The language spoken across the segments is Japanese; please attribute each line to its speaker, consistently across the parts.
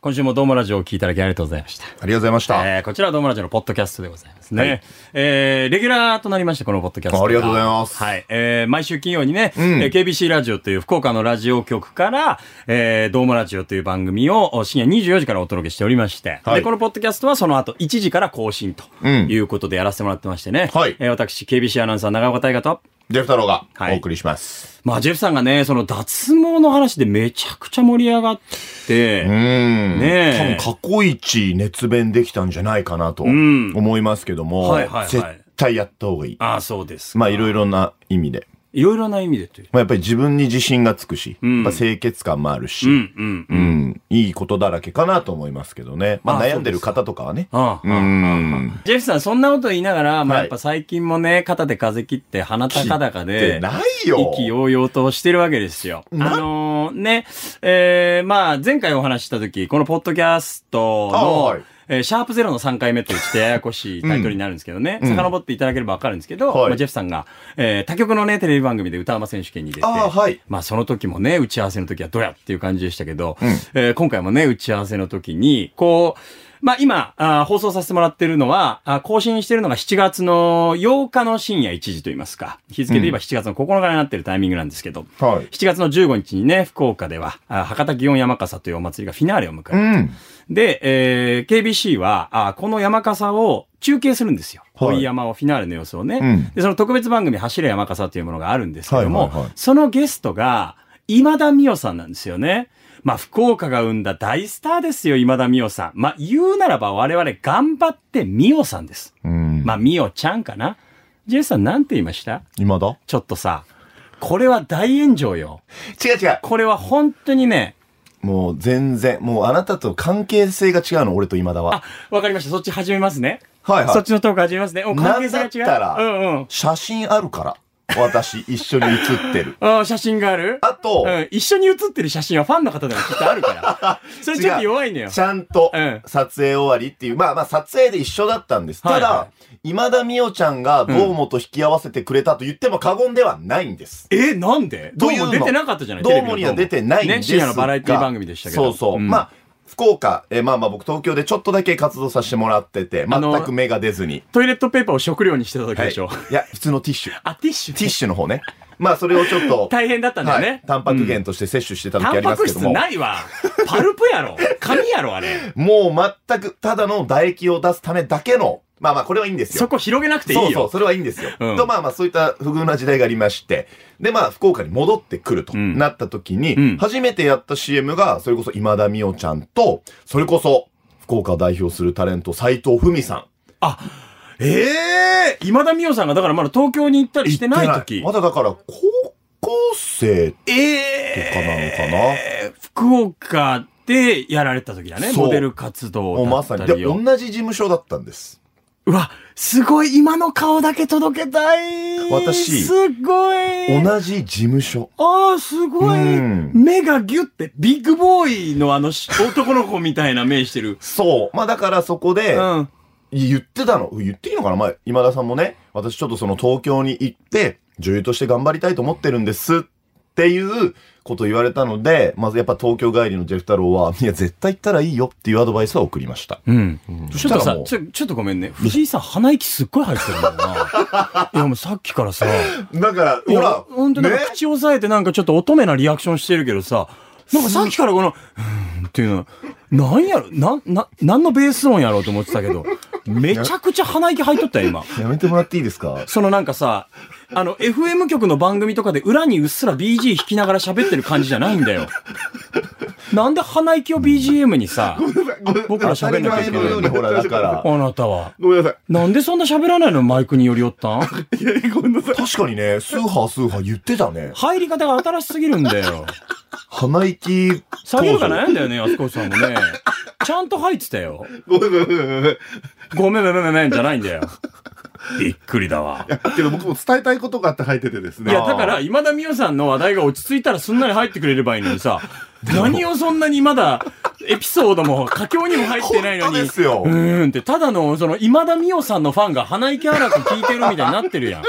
Speaker 1: 今週もドームラジオを聞いていただきありがとうございました。
Speaker 2: ありがとうございました。
Speaker 1: えーこちらはドームラジオのポッドキャストでございますね。
Speaker 2: はい
Speaker 1: えーレギュラーとなりました、このポッドキャスト。
Speaker 2: ありがとうございます
Speaker 1: はい。えー毎週金曜にね、
Speaker 2: ん
Speaker 1: えー KBC ラジオという福岡のラジオ局から、えードームラジオという番組を深夜24時からお届けしておりまして、
Speaker 2: はい
Speaker 1: で、このポッドキャストはその後1時から更新と
Speaker 2: うん
Speaker 1: いうことでやらせてもらってましてね。
Speaker 2: はい
Speaker 1: えー私、KBC アナウンサー長岡大河と、
Speaker 2: ジェフ太郎が
Speaker 1: はい
Speaker 2: お送りします。
Speaker 1: まあ、ジェフさんがね、その脱毛の話でめちゃくちゃ盛り上がって、
Speaker 2: うーん。
Speaker 1: ねえ
Speaker 2: 多分過去一熱弁できたんじゃないかなと
Speaker 1: ん
Speaker 2: 思いますけども、
Speaker 1: はいはいはい
Speaker 2: 絶対やった方がいい。
Speaker 1: ああ、そうですか。
Speaker 2: まあいろいろな意味で。
Speaker 1: いろいろな意味でという。
Speaker 2: まあやっぱり自分に自信がつくし、
Speaker 1: ん
Speaker 2: やっぱ清潔感もあるし、
Speaker 1: う
Speaker 2: う
Speaker 1: ん、
Speaker 2: ん
Speaker 1: うん、うん。
Speaker 2: いいことだらけかなと思いますけどね。ま
Speaker 1: あ
Speaker 2: あ
Speaker 1: そうです
Speaker 2: 悩んでる方とかはね。
Speaker 1: ああ
Speaker 2: うーん。
Speaker 1: ジェフさん、そんなこと言いながら、まあ、
Speaker 2: は
Speaker 1: や
Speaker 2: い
Speaker 1: っぱ最近もね、肩で風切って、鼻高々
Speaker 2: で
Speaker 1: で、
Speaker 2: ないよ。
Speaker 1: 意気揚々としてるわけですよ。あ
Speaker 2: な
Speaker 1: のーね、えー、まあ、前回お話しした時、このポッドキャスト
Speaker 2: あ
Speaker 1: の、
Speaker 2: はい
Speaker 1: えーシャープゼロの3回目というちょっとややこしいタイトルになるんですけどね、
Speaker 2: ん
Speaker 1: 遡っていただければわかるんですけど、
Speaker 2: はい
Speaker 1: まあ、ジェフさんが、えー、他局のね、テレビ番組で歌うま選手権に出て、
Speaker 2: ああ、はい。
Speaker 1: まあその時もね、打ち合わせの時はどうやっていう感じでしたけど、えー今回もね、打ち合わせの時に、こう、まあ今、あー放送させてもらってるのは、あー更新してるのが7月の8日の深夜1時といいますか、日付で言えば7月の9日になってるタイミングなんですけど、
Speaker 2: はい。
Speaker 1: 7月の15日にね、福岡では、あー博多祇園山笠というお祭りがフィナーレを迎
Speaker 2: う
Speaker 1: える。
Speaker 2: ん。
Speaker 1: で、えー KBC は、あーこの山笠を中継するんですよ。
Speaker 2: はい
Speaker 1: い山をフィナーレの様子をね、
Speaker 2: うん
Speaker 1: で、その特別番組、走れ山笠というものがあるんですけども、
Speaker 2: はいはいはい
Speaker 1: そのゲストが、今田美桜さんなんですよね。まあ、福岡が生んだ大スターですよ、今田美桜さん。まあ、言うならば我々頑張って美桜さんです。
Speaker 2: うん。
Speaker 1: まあ、美桜ちゃんかな。ジェイさんなんて言いました
Speaker 2: 今だ
Speaker 1: ちょっとさ、これは大炎上よ。
Speaker 2: 違う違う。
Speaker 1: これは本当にね、
Speaker 2: もう全然、もうあなたと関係性が違うの、俺と今田は
Speaker 1: あ。、わかりました。そっち始めますね。
Speaker 2: はいはい
Speaker 1: そっちのトーク始めますね。お関係性が違う。
Speaker 2: なんだったら
Speaker 1: うんうん。
Speaker 2: 写真あるから。私、一緒に写 ってる。
Speaker 1: あ写真がある
Speaker 2: あと、
Speaker 1: うん、一緒に写ってる写真はファンの方でもきっとある から。それちょっと弱いのよ。
Speaker 2: ちゃんと
Speaker 1: うん
Speaker 2: 撮影終わりっていう、まあまあ撮影で一緒だったんです。
Speaker 1: はいは
Speaker 2: た
Speaker 1: い
Speaker 2: だ、今田美桜ちゃんがどうもと引き合わせてくれたと言っても過言ではないんです。
Speaker 1: え、なんでど
Speaker 2: と
Speaker 1: う
Speaker 2: いうの
Speaker 1: も出てなかったじゃない
Speaker 2: どうもには出てないんです
Speaker 1: ね、深
Speaker 2: が。
Speaker 1: 夜のバラエティ番組でしたけど。
Speaker 2: そうそう。
Speaker 1: ん
Speaker 2: まあ、福岡、えーまあまあ僕東京でちょっとだけ活動させてもらってて、
Speaker 1: あの
Speaker 2: 全く芽が出ずに。
Speaker 1: トイレットペーパーを食料にしてた時
Speaker 2: はい。
Speaker 1: で
Speaker 2: い
Speaker 1: しょ。
Speaker 2: や、普通のティッシュ。
Speaker 1: あ、ティッシュね
Speaker 2: ティッシュの方ね。まあそれをちょっ と。
Speaker 1: 大変だったんだよね
Speaker 2: はいタンパク源として摂取してた時
Speaker 1: タ
Speaker 2: あ
Speaker 1: ン
Speaker 2: りま
Speaker 1: パ
Speaker 2: す
Speaker 1: ク
Speaker 2: け
Speaker 1: 質
Speaker 2: ども。
Speaker 1: ないわ。パルプやろ。紙やろ、 あれ。
Speaker 2: もう全くただの唾液を出すためだけの、まあまあこれはいいんですよ。
Speaker 1: そこ広げなくていいよ。
Speaker 2: そうそう、それはいいんですよ。
Speaker 1: うん
Speaker 2: と、まあまあ、そういった不遇な時代がありまして、で、まあ、福岡に戻ってくると
Speaker 1: ん
Speaker 2: なった時に、
Speaker 1: うん
Speaker 2: 初めてやった CM が、それこそ今田美桜ちゃんと、それこそ、福岡を代表するタレント、斎藤文さん。
Speaker 1: ええ今田美桜さんがだからまだ東京に行ったりしてない時。
Speaker 2: まだだから、高校生
Speaker 1: ええ
Speaker 2: とかなのかな
Speaker 1: 福岡でやられた時だね。
Speaker 2: そう
Speaker 1: モデル活
Speaker 2: も
Speaker 1: 動
Speaker 2: う
Speaker 1: だ
Speaker 2: ま
Speaker 1: っ
Speaker 2: さ
Speaker 1: た
Speaker 2: に、
Speaker 1: り
Speaker 2: で、
Speaker 1: を。
Speaker 2: 同じ事務所だったんです。
Speaker 1: うわ、すごい、今の顔だけ届けたい。
Speaker 2: 私
Speaker 1: すごい。
Speaker 2: 同じ事務所。
Speaker 1: ああ、すごい、
Speaker 2: うん。
Speaker 1: 目がギュって、ビッグボーイのあのし男の子みたいな目してる
Speaker 2: そう。まあ、だからそこで、
Speaker 1: うん。
Speaker 2: 言ってたの言っていいのかな前、今田さんもね、私ちょっとその東京に行って、女優として頑張りたいと思ってるんですっていうことを言われたので、まずやっぱ東京帰りのジェフ太郎は、いや、絶対行ったらいいよっていうアドバイスは送りました。
Speaker 1: うん。
Speaker 2: そ
Speaker 1: ち
Speaker 2: し
Speaker 1: ょ
Speaker 2: た
Speaker 1: っと
Speaker 2: ら
Speaker 1: さ
Speaker 2: もう、、
Speaker 1: ちょ、ちょっとごめんね。藤井さん鼻息すっごい入ってるもん な。いや、もうさっきからさ。
Speaker 2: だから、
Speaker 1: い
Speaker 2: ほ
Speaker 1: や
Speaker 2: ら、
Speaker 1: ほんとなんか口押さえてなんかちょっと乙女なリアクションしてるけどさ、なんかさっきからこの、うーんっていうの、なんやろ、な、な、なんのベース音やろうと思ってたけど、めちゃくちゃ鼻息入っとったよ、今。
Speaker 2: やめてもらっていいですか
Speaker 1: そのなんかさ、あの、FM 局の番組とかで裏にうっすら BG 弾きながら喋ってる感じじゃないんだよ。なんで鼻息を BGM にさ、僕ら喋んなきゃいけない
Speaker 2: 当たり前のようにほら、だから、
Speaker 1: あなたは。
Speaker 3: ごめんなさ
Speaker 1: なんでそんな喋らないのマイクに寄り寄ったん
Speaker 3: い。い や、ごめんなさい。
Speaker 2: 確かにね、スーハースーハー言ってたね。
Speaker 1: 入り方が新しすぎるんだよ。
Speaker 2: 鼻息、
Speaker 1: 下げるか悩んだよね、安子さんも ね。ちゃんと入ってたよ。
Speaker 3: ごめんなさいごめんなさい。
Speaker 1: ごめんごめんごめんじゃないんだよ。 びっくりだわ。
Speaker 3: けど僕も伝えたいことがあって入っててです
Speaker 1: い
Speaker 3: ね。
Speaker 1: や、だから、今田美桜さんの話題が落ち着いたらすんなり入ってくれればいいのにさ、何をそんなにまだ、エピソードも、佳境にも入ってないの
Speaker 2: 本当
Speaker 1: に。
Speaker 2: ですよ
Speaker 1: うーんって、ただの、その、今田美桜さんのファンが鼻息荒く聞いてるみたいになって るやん。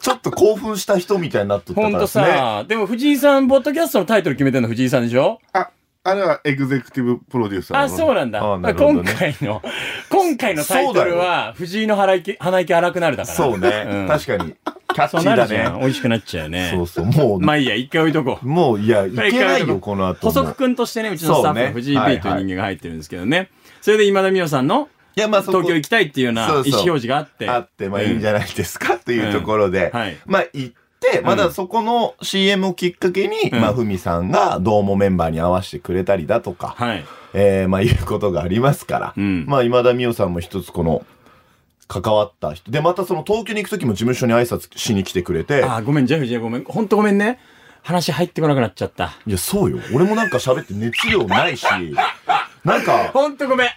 Speaker 2: ちょっと興奮した人みたいになっとった
Speaker 1: ほ
Speaker 2: か
Speaker 1: ん
Speaker 2: ら
Speaker 1: と
Speaker 2: ですね。
Speaker 1: さ、でも藤井さん、ポッドキャストのタイトル決めてんの藤井さんでしょ
Speaker 3: あ、あれはエグゼクティブプロデューサーの。
Speaker 1: あ、そうなんだ。
Speaker 2: あなるほど
Speaker 1: 今
Speaker 2: ね
Speaker 1: 回 の、今回のタイトルは、藤井の腹いき鼻息荒くなるだから。
Speaker 2: そうね、
Speaker 1: うん
Speaker 2: 確かに。キャッ
Speaker 1: そう
Speaker 2: チ
Speaker 1: な
Speaker 2: ー
Speaker 1: る
Speaker 2: だ
Speaker 1: じゃん。
Speaker 2: ね。
Speaker 1: 美味しくなっちゃうよね
Speaker 2: そ。うそう、もう、
Speaker 1: まあいいや、一回置いとこう。
Speaker 2: もう、いや、いけない
Speaker 1: 一回
Speaker 2: よ、この後
Speaker 1: 補
Speaker 2: も。
Speaker 1: 足くんとしてね、うちのスタッフ
Speaker 2: そ
Speaker 1: の
Speaker 2: うね
Speaker 1: 藤井
Speaker 2: はいは
Speaker 1: P
Speaker 2: い
Speaker 1: という人間が入ってるんですけどね。それで今田美桜さんの
Speaker 2: いや、まあ、そこ
Speaker 1: 東京行きたいっていうような意
Speaker 2: そ
Speaker 1: 思
Speaker 2: うそう
Speaker 1: 表示があって。
Speaker 2: あって、まあ、いいんじゃないですか、というところで。
Speaker 1: はい。
Speaker 2: まあ、行って、まだそこの CM をきっかけに、
Speaker 1: うん
Speaker 2: まあ、ふみさんが、どうもメンバーに合わせてくれたりだとか、
Speaker 1: はい。
Speaker 2: えー、まあ、いうことがありますから、
Speaker 1: うん
Speaker 2: まあ、今田美桜さんも一つこの、関わった人。で、またその東京に行く時も事務所に挨拶しに来てくれて、
Speaker 1: あ、ごめん、ジェフジェごめん。ほんとごめんね。話入ってこなくなっちゃった。
Speaker 2: いや、そうよ。俺もなんか喋って熱量ないし、なんか、
Speaker 1: ほんとごめん。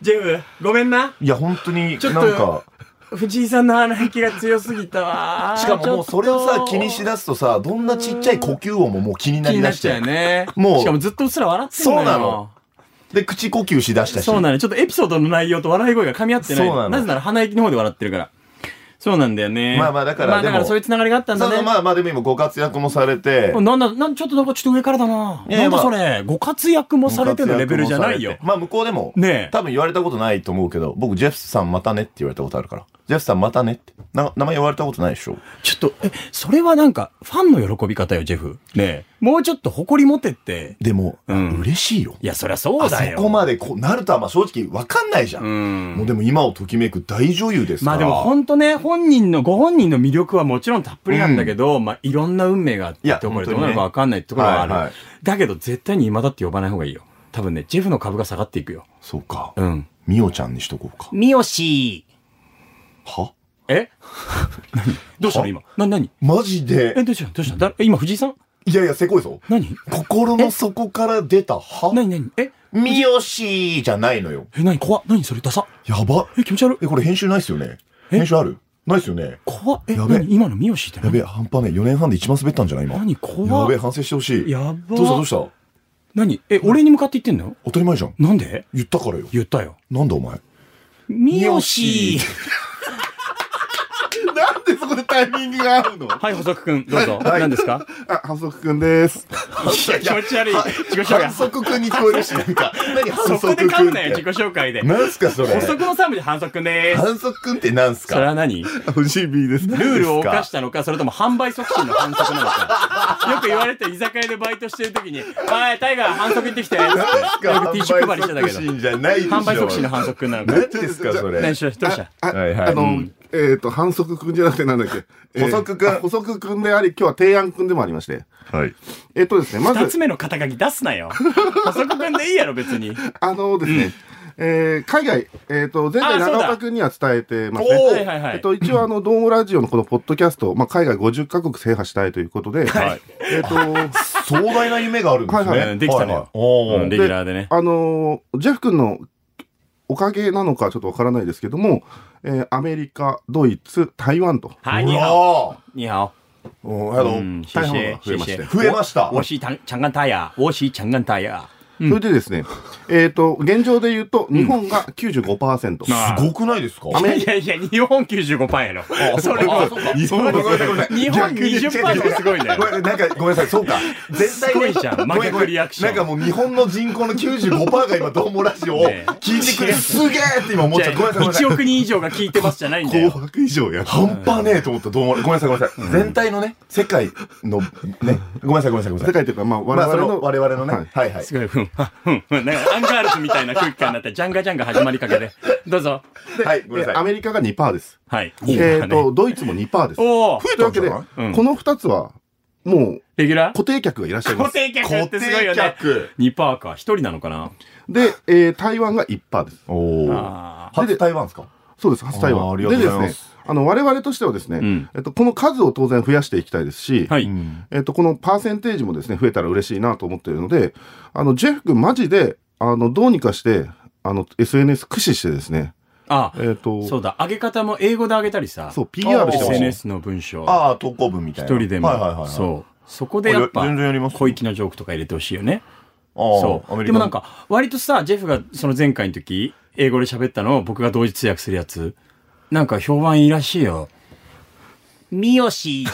Speaker 1: ジェフ、ごめんな。
Speaker 2: いや、本当に
Speaker 1: ちょっ
Speaker 2: な
Speaker 1: と
Speaker 2: んか、
Speaker 1: 藤井さんの鼻息が強すぎたわ。
Speaker 2: しかももうそれを
Speaker 1: ちょ
Speaker 2: さ
Speaker 1: っ、と
Speaker 2: 気にしだすとさ、どんなちっちゃい呼吸音ももう気にな
Speaker 1: 気
Speaker 2: り
Speaker 1: にな
Speaker 2: だ
Speaker 1: っ
Speaker 2: し
Speaker 1: ちゃう
Speaker 2: て
Speaker 1: よ。ね。
Speaker 2: もう
Speaker 1: しかもずっとうっすら笑ってんのよ。
Speaker 2: そうなの。で、口呼吸しだしたし。
Speaker 1: そうなの。ちょっとエピソードの内容と笑い声が噛み合ってない。
Speaker 2: そうなの
Speaker 1: ぜなら鼻息の方で笑ってるから。そうなんだよね。
Speaker 2: まあまあだから
Speaker 1: まあだか
Speaker 2: で
Speaker 1: ら
Speaker 2: も
Speaker 1: そういうつながりがあったんだ
Speaker 2: そう
Speaker 1: ね。
Speaker 2: まあまあでも今ご活躍もされて、
Speaker 1: なんだ、なん、ちょっとなんかちょっと上からだな。
Speaker 2: いや
Speaker 1: な
Speaker 2: いや
Speaker 1: んだ
Speaker 2: まあ
Speaker 1: それ、ご活躍もされてのレベルじゃないよ。
Speaker 2: まあ向こうでも、
Speaker 1: ねえ
Speaker 2: 多分言われたことないと思うけど、僕、ジェフさんまたねって言われたことあるから。ジェフさんまたねって。な名前言われたことないでしょ。
Speaker 1: ちょっと、え、それはなんか、ファンの喜び方よ、ジェフ。ねえもうちょっと誇り持てって。
Speaker 2: でも、
Speaker 1: うん
Speaker 2: 嬉しいよ。
Speaker 1: いや、そりゃそうだよ。
Speaker 2: あそこまでこうなるとはまあ正直わかんないじゃん。
Speaker 1: うん
Speaker 2: もうでも今をときめく大女優ですか
Speaker 1: まあ
Speaker 2: ら。
Speaker 1: でも本当ね、本人の、ご本人の魅力はもちろんたっぷりなんだけど、まあいろんな運命があっ
Speaker 2: い
Speaker 1: て、
Speaker 2: や
Speaker 1: どこで
Speaker 2: 本当
Speaker 1: ど
Speaker 2: に
Speaker 1: う
Speaker 2: ね
Speaker 1: なるかわかんないところがある。
Speaker 2: はいはい
Speaker 1: だけど絶対に今だって呼ばない方がいいよ。多分ね、ジェフの株が下がっていくよ。
Speaker 2: そうか。
Speaker 1: うん。
Speaker 2: みおちゃんにしとこうか。
Speaker 1: みよし
Speaker 2: は
Speaker 1: え何どうしたの
Speaker 2: は
Speaker 1: 今。な、なに
Speaker 2: マジで
Speaker 1: え、どうしたのどうしたのだ今藤井さん
Speaker 2: いやいや、せこいぞ。
Speaker 1: 何
Speaker 2: 心の底から出た、は
Speaker 1: 何何え
Speaker 2: みよしじゃないのよ。
Speaker 1: え、何怖っ何それダサ
Speaker 2: やば。
Speaker 1: え、気持ち悪い
Speaker 2: え、これ編集ないっすよね編集あるないっすよね
Speaker 1: 怖っえ、
Speaker 2: やべ
Speaker 1: 何今のみよしって
Speaker 2: や
Speaker 1: 何
Speaker 2: べえ、半端ねえ。4年半で一番滑ったんじゃない今。
Speaker 1: 何怖
Speaker 2: や
Speaker 1: っ
Speaker 2: べえ、反省してほしい。
Speaker 1: やば
Speaker 2: どうしたどうした
Speaker 1: 何え、俺に向かって言ってんの
Speaker 2: 当たり前じゃん。
Speaker 1: なんで
Speaker 2: 言ったからよ。
Speaker 1: 言ったよ。
Speaker 2: なんだお前。
Speaker 1: み
Speaker 2: よ
Speaker 1: よ
Speaker 2: し
Speaker 1: し
Speaker 3: なんでそこでタイミングが合うのあ、
Speaker 1: はい、補足くん、どうぞ。何ですか
Speaker 3: ハソクくんです。
Speaker 1: いや、気持ち悪い。自己紹介
Speaker 2: 反。則くんに聞こえるし、なんか。何
Speaker 1: そ
Speaker 2: 反
Speaker 1: こ
Speaker 2: 則
Speaker 1: で
Speaker 2: くんって。
Speaker 1: 噛むなよ、自己紹介で。
Speaker 2: なんすかそれ
Speaker 1: 補。足のサムで反則でーす。
Speaker 2: 反則くんってなんす
Speaker 1: それ
Speaker 2: か
Speaker 1: は何ル
Speaker 3: フジビーです。
Speaker 1: ールを犯したのか、それとも販売促進の反則なのか。よく言われて、居酒屋でバイトしてる時に、はい、タイガー反則行ってきて。よくティッシュ配りしてたけど。
Speaker 2: 販売促進じゃないでしょ
Speaker 1: 販売促進の反則くんなのか。
Speaker 2: 何ですかそ
Speaker 1: 何
Speaker 2: れ。
Speaker 1: しろどうした
Speaker 3: あ
Speaker 2: はいはい
Speaker 3: あの、えっと、反則くんじゃなくてなんだっけ。えー
Speaker 2: 補足くん
Speaker 3: あ補足くんであり、今日は提案くんでもありまして。
Speaker 2: はい。
Speaker 3: えっとですね、ま
Speaker 1: 二
Speaker 3: ず
Speaker 1: つ、目の肩書き出すなよ。補足くんでいいやろ、別に。
Speaker 3: あのですね、えー海外、えっ、と、前
Speaker 1: あ
Speaker 3: 回
Speaker 1: そうだ
Speaker 3: 長岡くんには伝えてま
Speaker 2: お
Speaker 3: すね。
Speaker 2: ー
Speaker 1: はいはいは
Speaker 3: えっ
Speaker 1: い。
Speaker 3: と、一応、あの、ドームラジオのこのポッドキャスト、まあ、海外50カ国制覇したいということで、
Speaker 1: はい
Speaker 3: えっ、と、
Speaker 2: 壮大な夢があるんですね。
Speaker 3: はいはい
Speaker 1: うんできたのよ
Speaker 2: はいはいお
Speaker 1: うん
Speaker 2: ー
Speaker 1: レギュラーでね。
Speaker 3: あのージェフ君のおかげなのかちょっとわからないですけども、えーアメリカ、ドイツ、台湾と。
Speaker 1: はい、
Speaker 2: う
Speaker 1: には
Speaker 2: わ
Speaker 1: お。にはお。
Speaker 2: ーうんあの
Speaker 1: うん
Speaker 2: 大変なことが増えまして。増えました。
Speaker 1: 我是长长安大雅，我是长安大雅。
Speaker 3: それでで すね、えっ、と、現状で言うと、日本が95%。
Speaker 1: な
Speaker 2: すごくないですか
Speaker 1: いやいやいや、日本95%やろ。それは、
Speaker 2: 日本ごめんなさいごめんなさい
Speaker 1: 日本
Speaker 2: 逆に
Speaker 1: 20%がすごいね
Speaker 2: ごめんなんかごめんなさい、そうか。全体
Speaker 1: すごいじゃん
Speaker 2: ごめごめ
Speaker 1: 真逆リアクション
Speaker 2: なんかもう日本の人口の95%が今、どうもラジオを
Speaker 1: ねえ
Speaker 2: 聞いてくれる。すげえって今思っ
Speaker 1: じ
Speaker 2: ちゃ
Speaker 1: ゃ
Speaker 2: う。ごめんなさい、ごめんなさ
Speaker 1: 1
Speaker 2: い。
Speaker 1: 億人以上が聞いてますじゃないんだ
Speaker 3: 紅
Speaker 1: よ。
Speaker 3: 白以上や。
Speaker 2: 半端ねえと思った、どうも。ごめんなさい、ごめんなさい。全体のね、世界の、ね、ごめんなさい、ごめんなさい、ごめんなさ
Speaker 3: 世
Speaker 2: い。
Speaker 3: 界というか、まあ、我
Speaker 2: まあ、そ
Speaker 3: 々
Speaker 2: の
Speaker 3: の、
Speaker 2: 我々の
Speaker 3: は
Speaker 2: ね
Speaker 3: い、
Speaker 2: はいはい。
Speaker 1: すごい、ふん、はふん、ふん。なんかアンガールズみたいな空気感になって、ジャンガジャンガ始まりかけで。どうぞ。
Speaker 2: はい、ごめんな
Speaker 3: えー
Speaker 2: さ
Speaker 3: ア
Speaker 2: い。
Speaker 3: メリカが2%です。
Speaker 1: はい。
Speaker 3: えっ、
Speaker 1: 今ね
Speaker 3: と、ドイツも2%です。
Speaker 1: おお
Speaker 3: というわけで、
Speaker 2: 増えたん
Speaker 1: じゃないうん
Speaker 3: この2つは、もう、
Speaker 1: レギュラー
Speaker 3: 固定客がいらっしゃいま
Speaker 1: 固
Speaker 3: す。
Speaker 1: 定客ってすごいよね。
Speaker 2: 客。
Speaker 1: 2%か。1人なのかな
Speaker 3: で、えー台湾が1%です。
Speaker 2: おー。
Speaker 1: ああ。
Speaker 2: 初台湾ですか
Speaker 3: そうです、初対
Speaker 2: あー
Speaker 3: 話。
Speaker 2: ありがとうございます
Speaker 3: でですね、あの、我々としてはですね、
Speaker 1: うん
Speaker 3: えっと、この数を当然増やしていきたいですし、
Speaker 1: は
Speaker 2: う
Speaker 1: い。
Speaker 2: ん
Speaker 3: えっと、このパーセンテージもですね、増えたら嬉しいなと思っているので、あの、ジェフ君マジで、あの、どうにかして、あの、SNS 駆使してですね、
Speaker 1: あ
Speaker 3: えっと、
Speaker 1: そうだ。上げ方も英語で上げたりさ。
Speaker 3: そう PR してほしい。
Speaker 1: SNS の文章。
Speaker 2: ああ、投稿文みたい
Speaker 1: 一
Speaker 2: な。
Speaker 1: 人でも。
Speaker 2: はいはいはいはい。
Speaker 1: そう。そこでやっぱ
Speaker 2: あ、全然やります。
Speaker 1: 小粋なジョークとか入れてほしいよね。
Speaker 2: あー
Speaker 1: そう。でもなん、か、割とさ、ジェフがその前回の時、英語で喋ったのを僕が同時通訳するやつ、なんか評判いいらしいよ。みよし。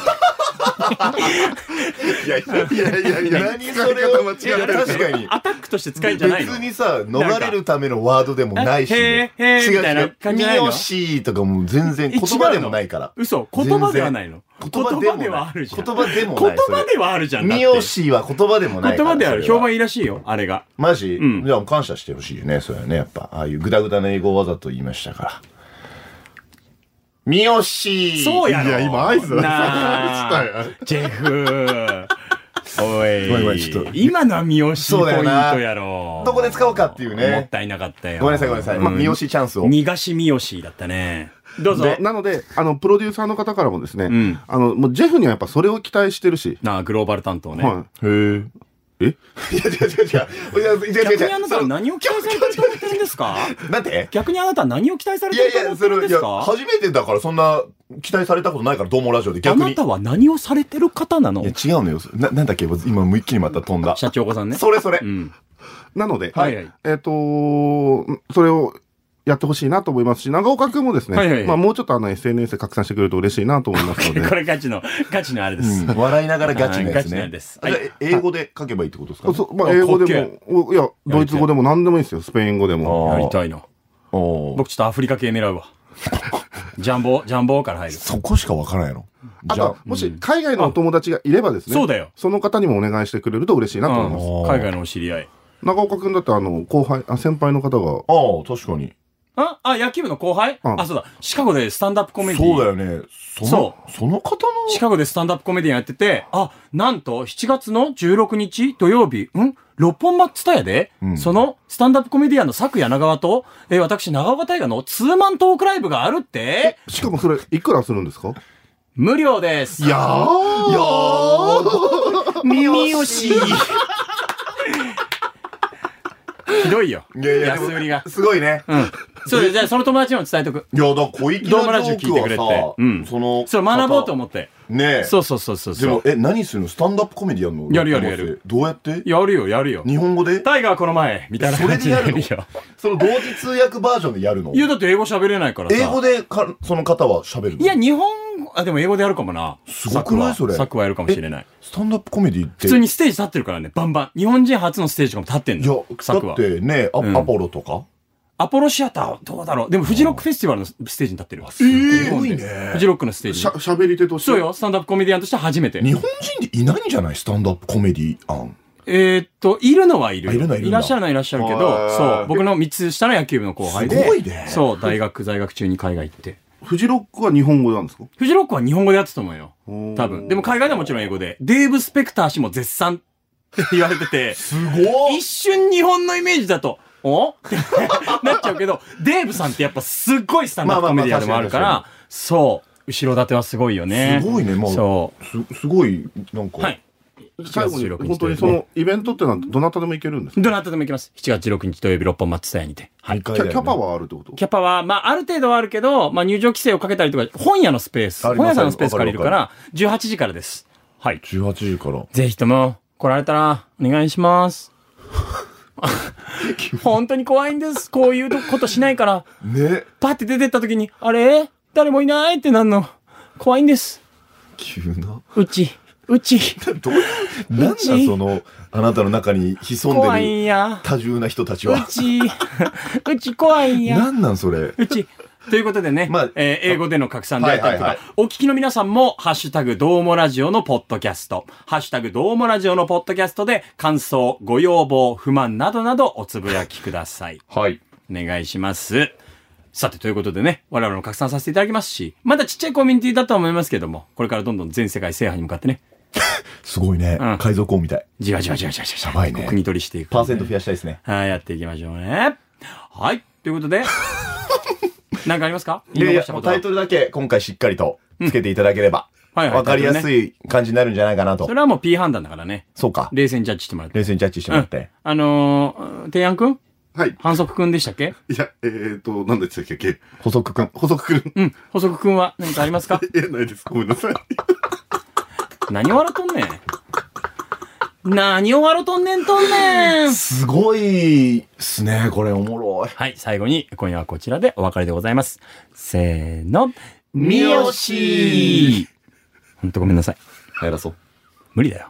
Speaker 2: いやいやいやいや、 何それを。いや確かに。
Speaker 1: アタックとして使えんじゃないの
Speaker 2: 別にさ、逃れるためのワードでもないし、ね。
Speaker 1: なんかへーへー
Speaker 2: 違う違う
Speaker 1: みたいな感じじゃないの
Speaker 2: みよしとかも全然言葉でもないから。
Speaker 1: 嘘言葉ではないの
Speaker 2: 全
Speaker 1: 言
Speaker 2: 然
Speaker 1: 葉ではあるじゃん
Speaker 2: 言葉で
Speaker 1: 言
Speaker 2: もない。
Speaker 1: 葉ではあるじゃんだっ
Speaker 2: み
Speaker 1: て
Speaker 2: よしは言葉でもないか
Speaker 1: 言
Speaker 2: ら。
Speaker 1: 葉ではある
Speaker 2: それ
Speaker 1: 評判いいらしいよあれが
Speaker 2: マジ、
Speaker 1: うん
Speaker 2: じゃあ感謝してほしいよね、それはね。やっぱ、ああいうグダグダな英語をわざと言いましたから。みよし
Speaker 1: そうやろ
Speaker 3: いや今合図だ
Speaker 1: な あジェフお
Speaker 2: ごめんごめ
Speaker 1: い
Speaker 2: んちょっと
Speaker 1: 今のは三好ポイントやろ
Speaker 2: どこで使おうかっていうね
Speaker 1: もったいなかったよ
Speaker 2: ごめんなさいごめんなさい。まあ、みよしチャンスを。
Speaker 1: 逃がし三好だったねどうぞ
Speaker 3: そうなので、あの、プロデューサーの方からもですね、
Speaker 1: ん
Speaker 3: あの、もうジェフにはやっぱそれを期待してるし、
Speaker 1: なあグローバル担当ね、
Speaker 3: はい。
Speaker 2: え。
Speaker 3: え
Speaker 2: いや、違う違う違う。いや、違う違う違う。
Speaker 1: 逆にあなたは何を期待されてると思ってるんですか
Speaker 2: なんて
Speaker 1: 逆にあなたは何を期待され
Speaker 2: い
Speaker 1: て
Speaker 2: や
Speaker 1: る
Speaker 2: い
Speaker 1: と思
Speaker 2: や、
Speaker 1: っ
Speaker 2: そ
Speaker 1: てるんで
Speaker 2: れ、い
Speaker 1: す
Speaker 2: や、
Speaker 1: か
Speaker 2: 初めてだから、そんな、期待されたことないから、どうもラジオで
Speaker 1: あ
Speaker 2: 逆に。
Speaker 1: なたは何をされてる方なの
Speaker 2: いや、違うのよ。な、なんだっけ今、もう一気にまた飛 んだ。
Speaker 1: 社長子さんね。
Speaker 2: それそれ
Speaker 1: う。ん。
Speaker 3: なので、
Speaker 1: はいはい。
Speaker 3: えっ、と、それをやってほしいなと思いますし、長岡君もですね、
Speaker 1: はいはい
Speaker 3: まあ、もうちょっとあの SNS で拡散してくれると嬉しいなと思いますので、
Speaker 1: これガチの、ガチのあれで
Speaker 2: う
Speaker 1: す。
Speaker 2: ん笑いながらガチ
Speaker 1: は
Speaker 2: なやつ
Speaker 1: いガチな
Speaker 2: ね。
Speaker 1: やつです
Speaker 2: あじゃあ
Speaker 1: はい
Speaker 2: 英語で書けばいいってことですか
Speaker 3: そうまあ、
Speaker 1: あ
Speaker 3: 英語
Speaker 1: かっ
Speaker 3: でも、おいや、ドイツ語でも何でもいいですよ、スペイン語でも。
Speaker 1: や
Speaker 2: あ
Speaker 1: り
Speaker 2: ー
Speaker 1: たいな。
Speaker 2: おー
Speaker 1: 僕ちょっとアフリカ系狙うわ。ジャンボ、ジャンボから入る。
Speaker 2: そこしかわからないの
Speaker 3: あ
Speaker 2: じゃあ
Speaker 3: と、、もし海外のお友達がいればですね、
Speaker 1: そうだよ
Speaker 3: その方にもお願いしてくれると嬉しいなと思います。
Speaker 1: うん海外のお知り合い。
Speaker 3: 長岡君だって、あの、後輩、あ、先輩の方が、
Speaker 2: ああ、確かに。
Speaker 1: あ、あ、野球部の後輩
Speaker 3: うん
Speaker 1: あ、そうだ。シカゴでスタンダップコメディ
Speaker 2: そうだよね。その
Speaker 1: そ、
Speaker 2: その方の、
Speaker 1: シカゴでスタンダップコメディアンやってて、あ、なんと7月の16日土曜日、ん六本松田屋で、
Speaker 2: ん
Speaker 1: そのスタンダップコメディアンの佐久柳川と、えー私長岡大河のツーマントークライブがあるって、
Speaker 3: しかも それ、いくらするんですか
Speaker 1: 無料です。
Speaker 2: やーやーみよし
Speaker 1: ひどいよ。
Speaker 2: いやいや、でも
Speaker 1: 安売りが。
Speaker 2: すごいね。
Speaker 1: うん。そうだじゃあその友達にも伝えとく。
Speaker 2: いや、だから小粋
Speaker 1: ドーム
Speaker 2: な
Speaker 1: ラジ
Speaker 2: ジョ
Speaker 1: オ
Speaker 2: ー
Speaker 1: 聞いてくれ
Speaker 2: クは
Speaker 1: て
Speaker 2: さ、
Speaker 1: うん
Speaker 2: その、
Speaker 1: そう、学ぼうと思
Speaker 2: っ
Speaker 1: って。
Speaker 2: て。ねえ。
Speaker 1: そうそうそうそう
Speaker 2: で
Speaker 1: そ
Speaker 2: も
Speaker 1: う、。
Speaker 2: え、何するのスタンダップコメディやんの
Speaker 1: やるやるやる。
Speaker 2: どうやって
Speaker 1: やるよ、やるよ。
Speaker 2: 日本語で
Speaker 1: タイガーこの前みたいな感じでやるよ。
Speaker 2: そその同時通訳バージョンでやるの
Speaker 1: いや、だって英語喋れないからさ。
Speaker 2: 英語でかその方は喋るの
Speaker 1: いや、日本語、あ、でも英語でやるかもな。
Speaker 2: すごくな
Speaker 1: サクは
Speaker 2: いそれ
Speaker 1: サクはやるかもしれない。
Speaker 2: スタンダップコメディっ
Speaker 1: 普
Speaker 2: て
Speaker 1: 通にステージ立ってるからね、バンバン。日本人初のステージとかも立ってん
Speaker 2: いや
Speaker 1: の。
Speaker 2: だ
Speaker 1: サク
Speaker 2: っ
Speaker 1: は。
Speaker 2: てねア,、
Speaker 1: うん
Speaker 2: アポロとか
Speaker 1: アポロシアター、どうだろう。でも、フジロックフェスティバルのステージに立ってるわ。す
Speaker 2: ごいね
Speaker 1: フジロックのステージ
Speaker 3: しゃ、。喋り手として。
Speaker 1: そうよ、スタンダップコメディアンとして初めて。
Speaker 2: 日本人でいないんじゃないスタンダップコメディアン
Speaker 1: えーっと、いるのはいるよ。
Speaker 2: あいるのはいるんだ
Speaker 1: らっしゃるのはいらっしゃるけ
Speaker 3: へ
Speaker 1: ど、
Speaker 3: ー
Speaker 1: そう、僕の3つ下の野球部の後輩で。
Speaker 2: すごいね
Speaker 1: そう、大学在学中に海外行って。
Speaker 3: フジロックは日本語なんですか
Speaker 1: フジロックは日本語でやってたと思うよ。
Speaker 3: おー
Speaker 1: 多分。でも海外ではもちろん英語で。デーブ・スペクター氏も絶賛って言われてて、
Speaker 2: すご
Speaker 1: 一瞬日本のイメージだと、おって なっちゃうけど、デーブさんってやっぱすごいスタンダップコメディアンでもあるか
Speaker 2: まあまあ
Speaker 1: ら、そう、後ろ盾はすごいよね。
Speaker 2: すごいねまあ
Speaker 1: そ
Speaker 2: すすごいなん
Speaker 1: う。
Speaker 2: か、
Speaker 1: はい。
Speaker 3: 最後に、
Speaker 1: 7月16
Speaker 3: 本当にその、イベントってのはどなたでも行けるんですか
Speaker 1: どなたでも行きます。7月16日土曜日、六本松田屋にて。はい。
Speaker 2: キ
Speaker 3: キャキャパはあるってこと
Speaker 1: キャパは、まあ、ある程度はあるけど、まあ、入場規制をかけたりとか、本屋のスペース、
Speaker 2: あります
Speaker 1: 本屋さんのスペース
Speaker 2: わか
Speaker 1: 借
Speaker 2: る
Speaker 1: りるから、18時からです。はい。
Speaker 2: 18時から
Speaker 1: ぜひとも、来られたら、お願いします。本当に怖いんです。こういうことしないから、
Speaker 2: ね
Speaker 1: パって出てった時に、あれ誰もいないってなんの。怖いんです。
Speaker 2: 急 な
Speaker 1: うち、うち、
Speaker 2: どう なんだそのあなたの中に潜ん
Speaker 1: 怖い
Speaker 2: で
Speaker 1: ん
Speaker 2: る
Speaker 1: や。
Speaker 2: 多重な人たち
Speaker 1: う
Speaker 2: は
Speaker 1: ち、うち怖いんや。
Speaker 2: なんなんそれ
Speaker 1: うち。ということでね、
Speaker 2: まあ
Speaker 1: えー英語での拡散であったりとか、
Speaker 2: はいはい
Speaker 1: お聞きの皆さんも、ハッシュタグどうもラジオのポッドキャスト、ハッシュタグどうもラジオのポッドキャストで、感想、ご要望、不満などなどおつぶやきください。
Speaker 2: はい
Speaker 1: お願いします。さて、ということでね、我々も拡散させていただきますし、まだちっちゃいコミュニティだとは思いますけども、これからどんどん全世界制覇に向かってね、
Speaker 2: すごいね、
Speaker 1: うん
Speaker 2: 海賊王みたい
Speaker 1: じわじわじわじわじわじわ、
Speaker 2: やばいね
Speaker 1: 国取りしていく。
Speaker 2: パーセント増やしたいですね
Speaker 1: はい、やっていきましょうね。はい、ということで、なんかありますか
Speaker 2: いやいや、
Speaker 1: 言
Speaker 2: も
Speaker 1: 残したこ
Speaker 2: う
Speaker 1: とは
Speaker 2: タイトルだけ今回しっかりとつけていただければ、
Speaker 1: うんはいはい
Speaker 2: わかりやすい感じになるんじゃないかなと。
Speaker 1: それはもう P 判断だからね。
Speaker 2: そうか。
Speaker 1: 冷静にジャッジしてもらって。
Speaker 2: 冷静にジャッジしてもらって。
Speaker 1: あのー、提案くん
Speaker 3: はい。
Speaker 1: 反則くんでしたっけ
Speaker 3: いや、えっ、ー、と、何でしたっけ
Speaker 2: 補足くん。
Speaker 3: 補足くん。
Speaker 1: うん。補足くんは何かありますか
Speaker 3: え、ないです。ごめんなさい。
Speaker 1: 何笑っとんねん。何を笑っとんねんとんねん。
Speaker 2: すごいっすね、これおもろい。
Speaker 1: はい、最後に今夜はこちらでお別れでございます。せーの。
Speaker 2: みよし
Speaker 1: ほんとごめんなさい。
Speaker 2: 流行らそう。
Speaker 1: 無理だよ。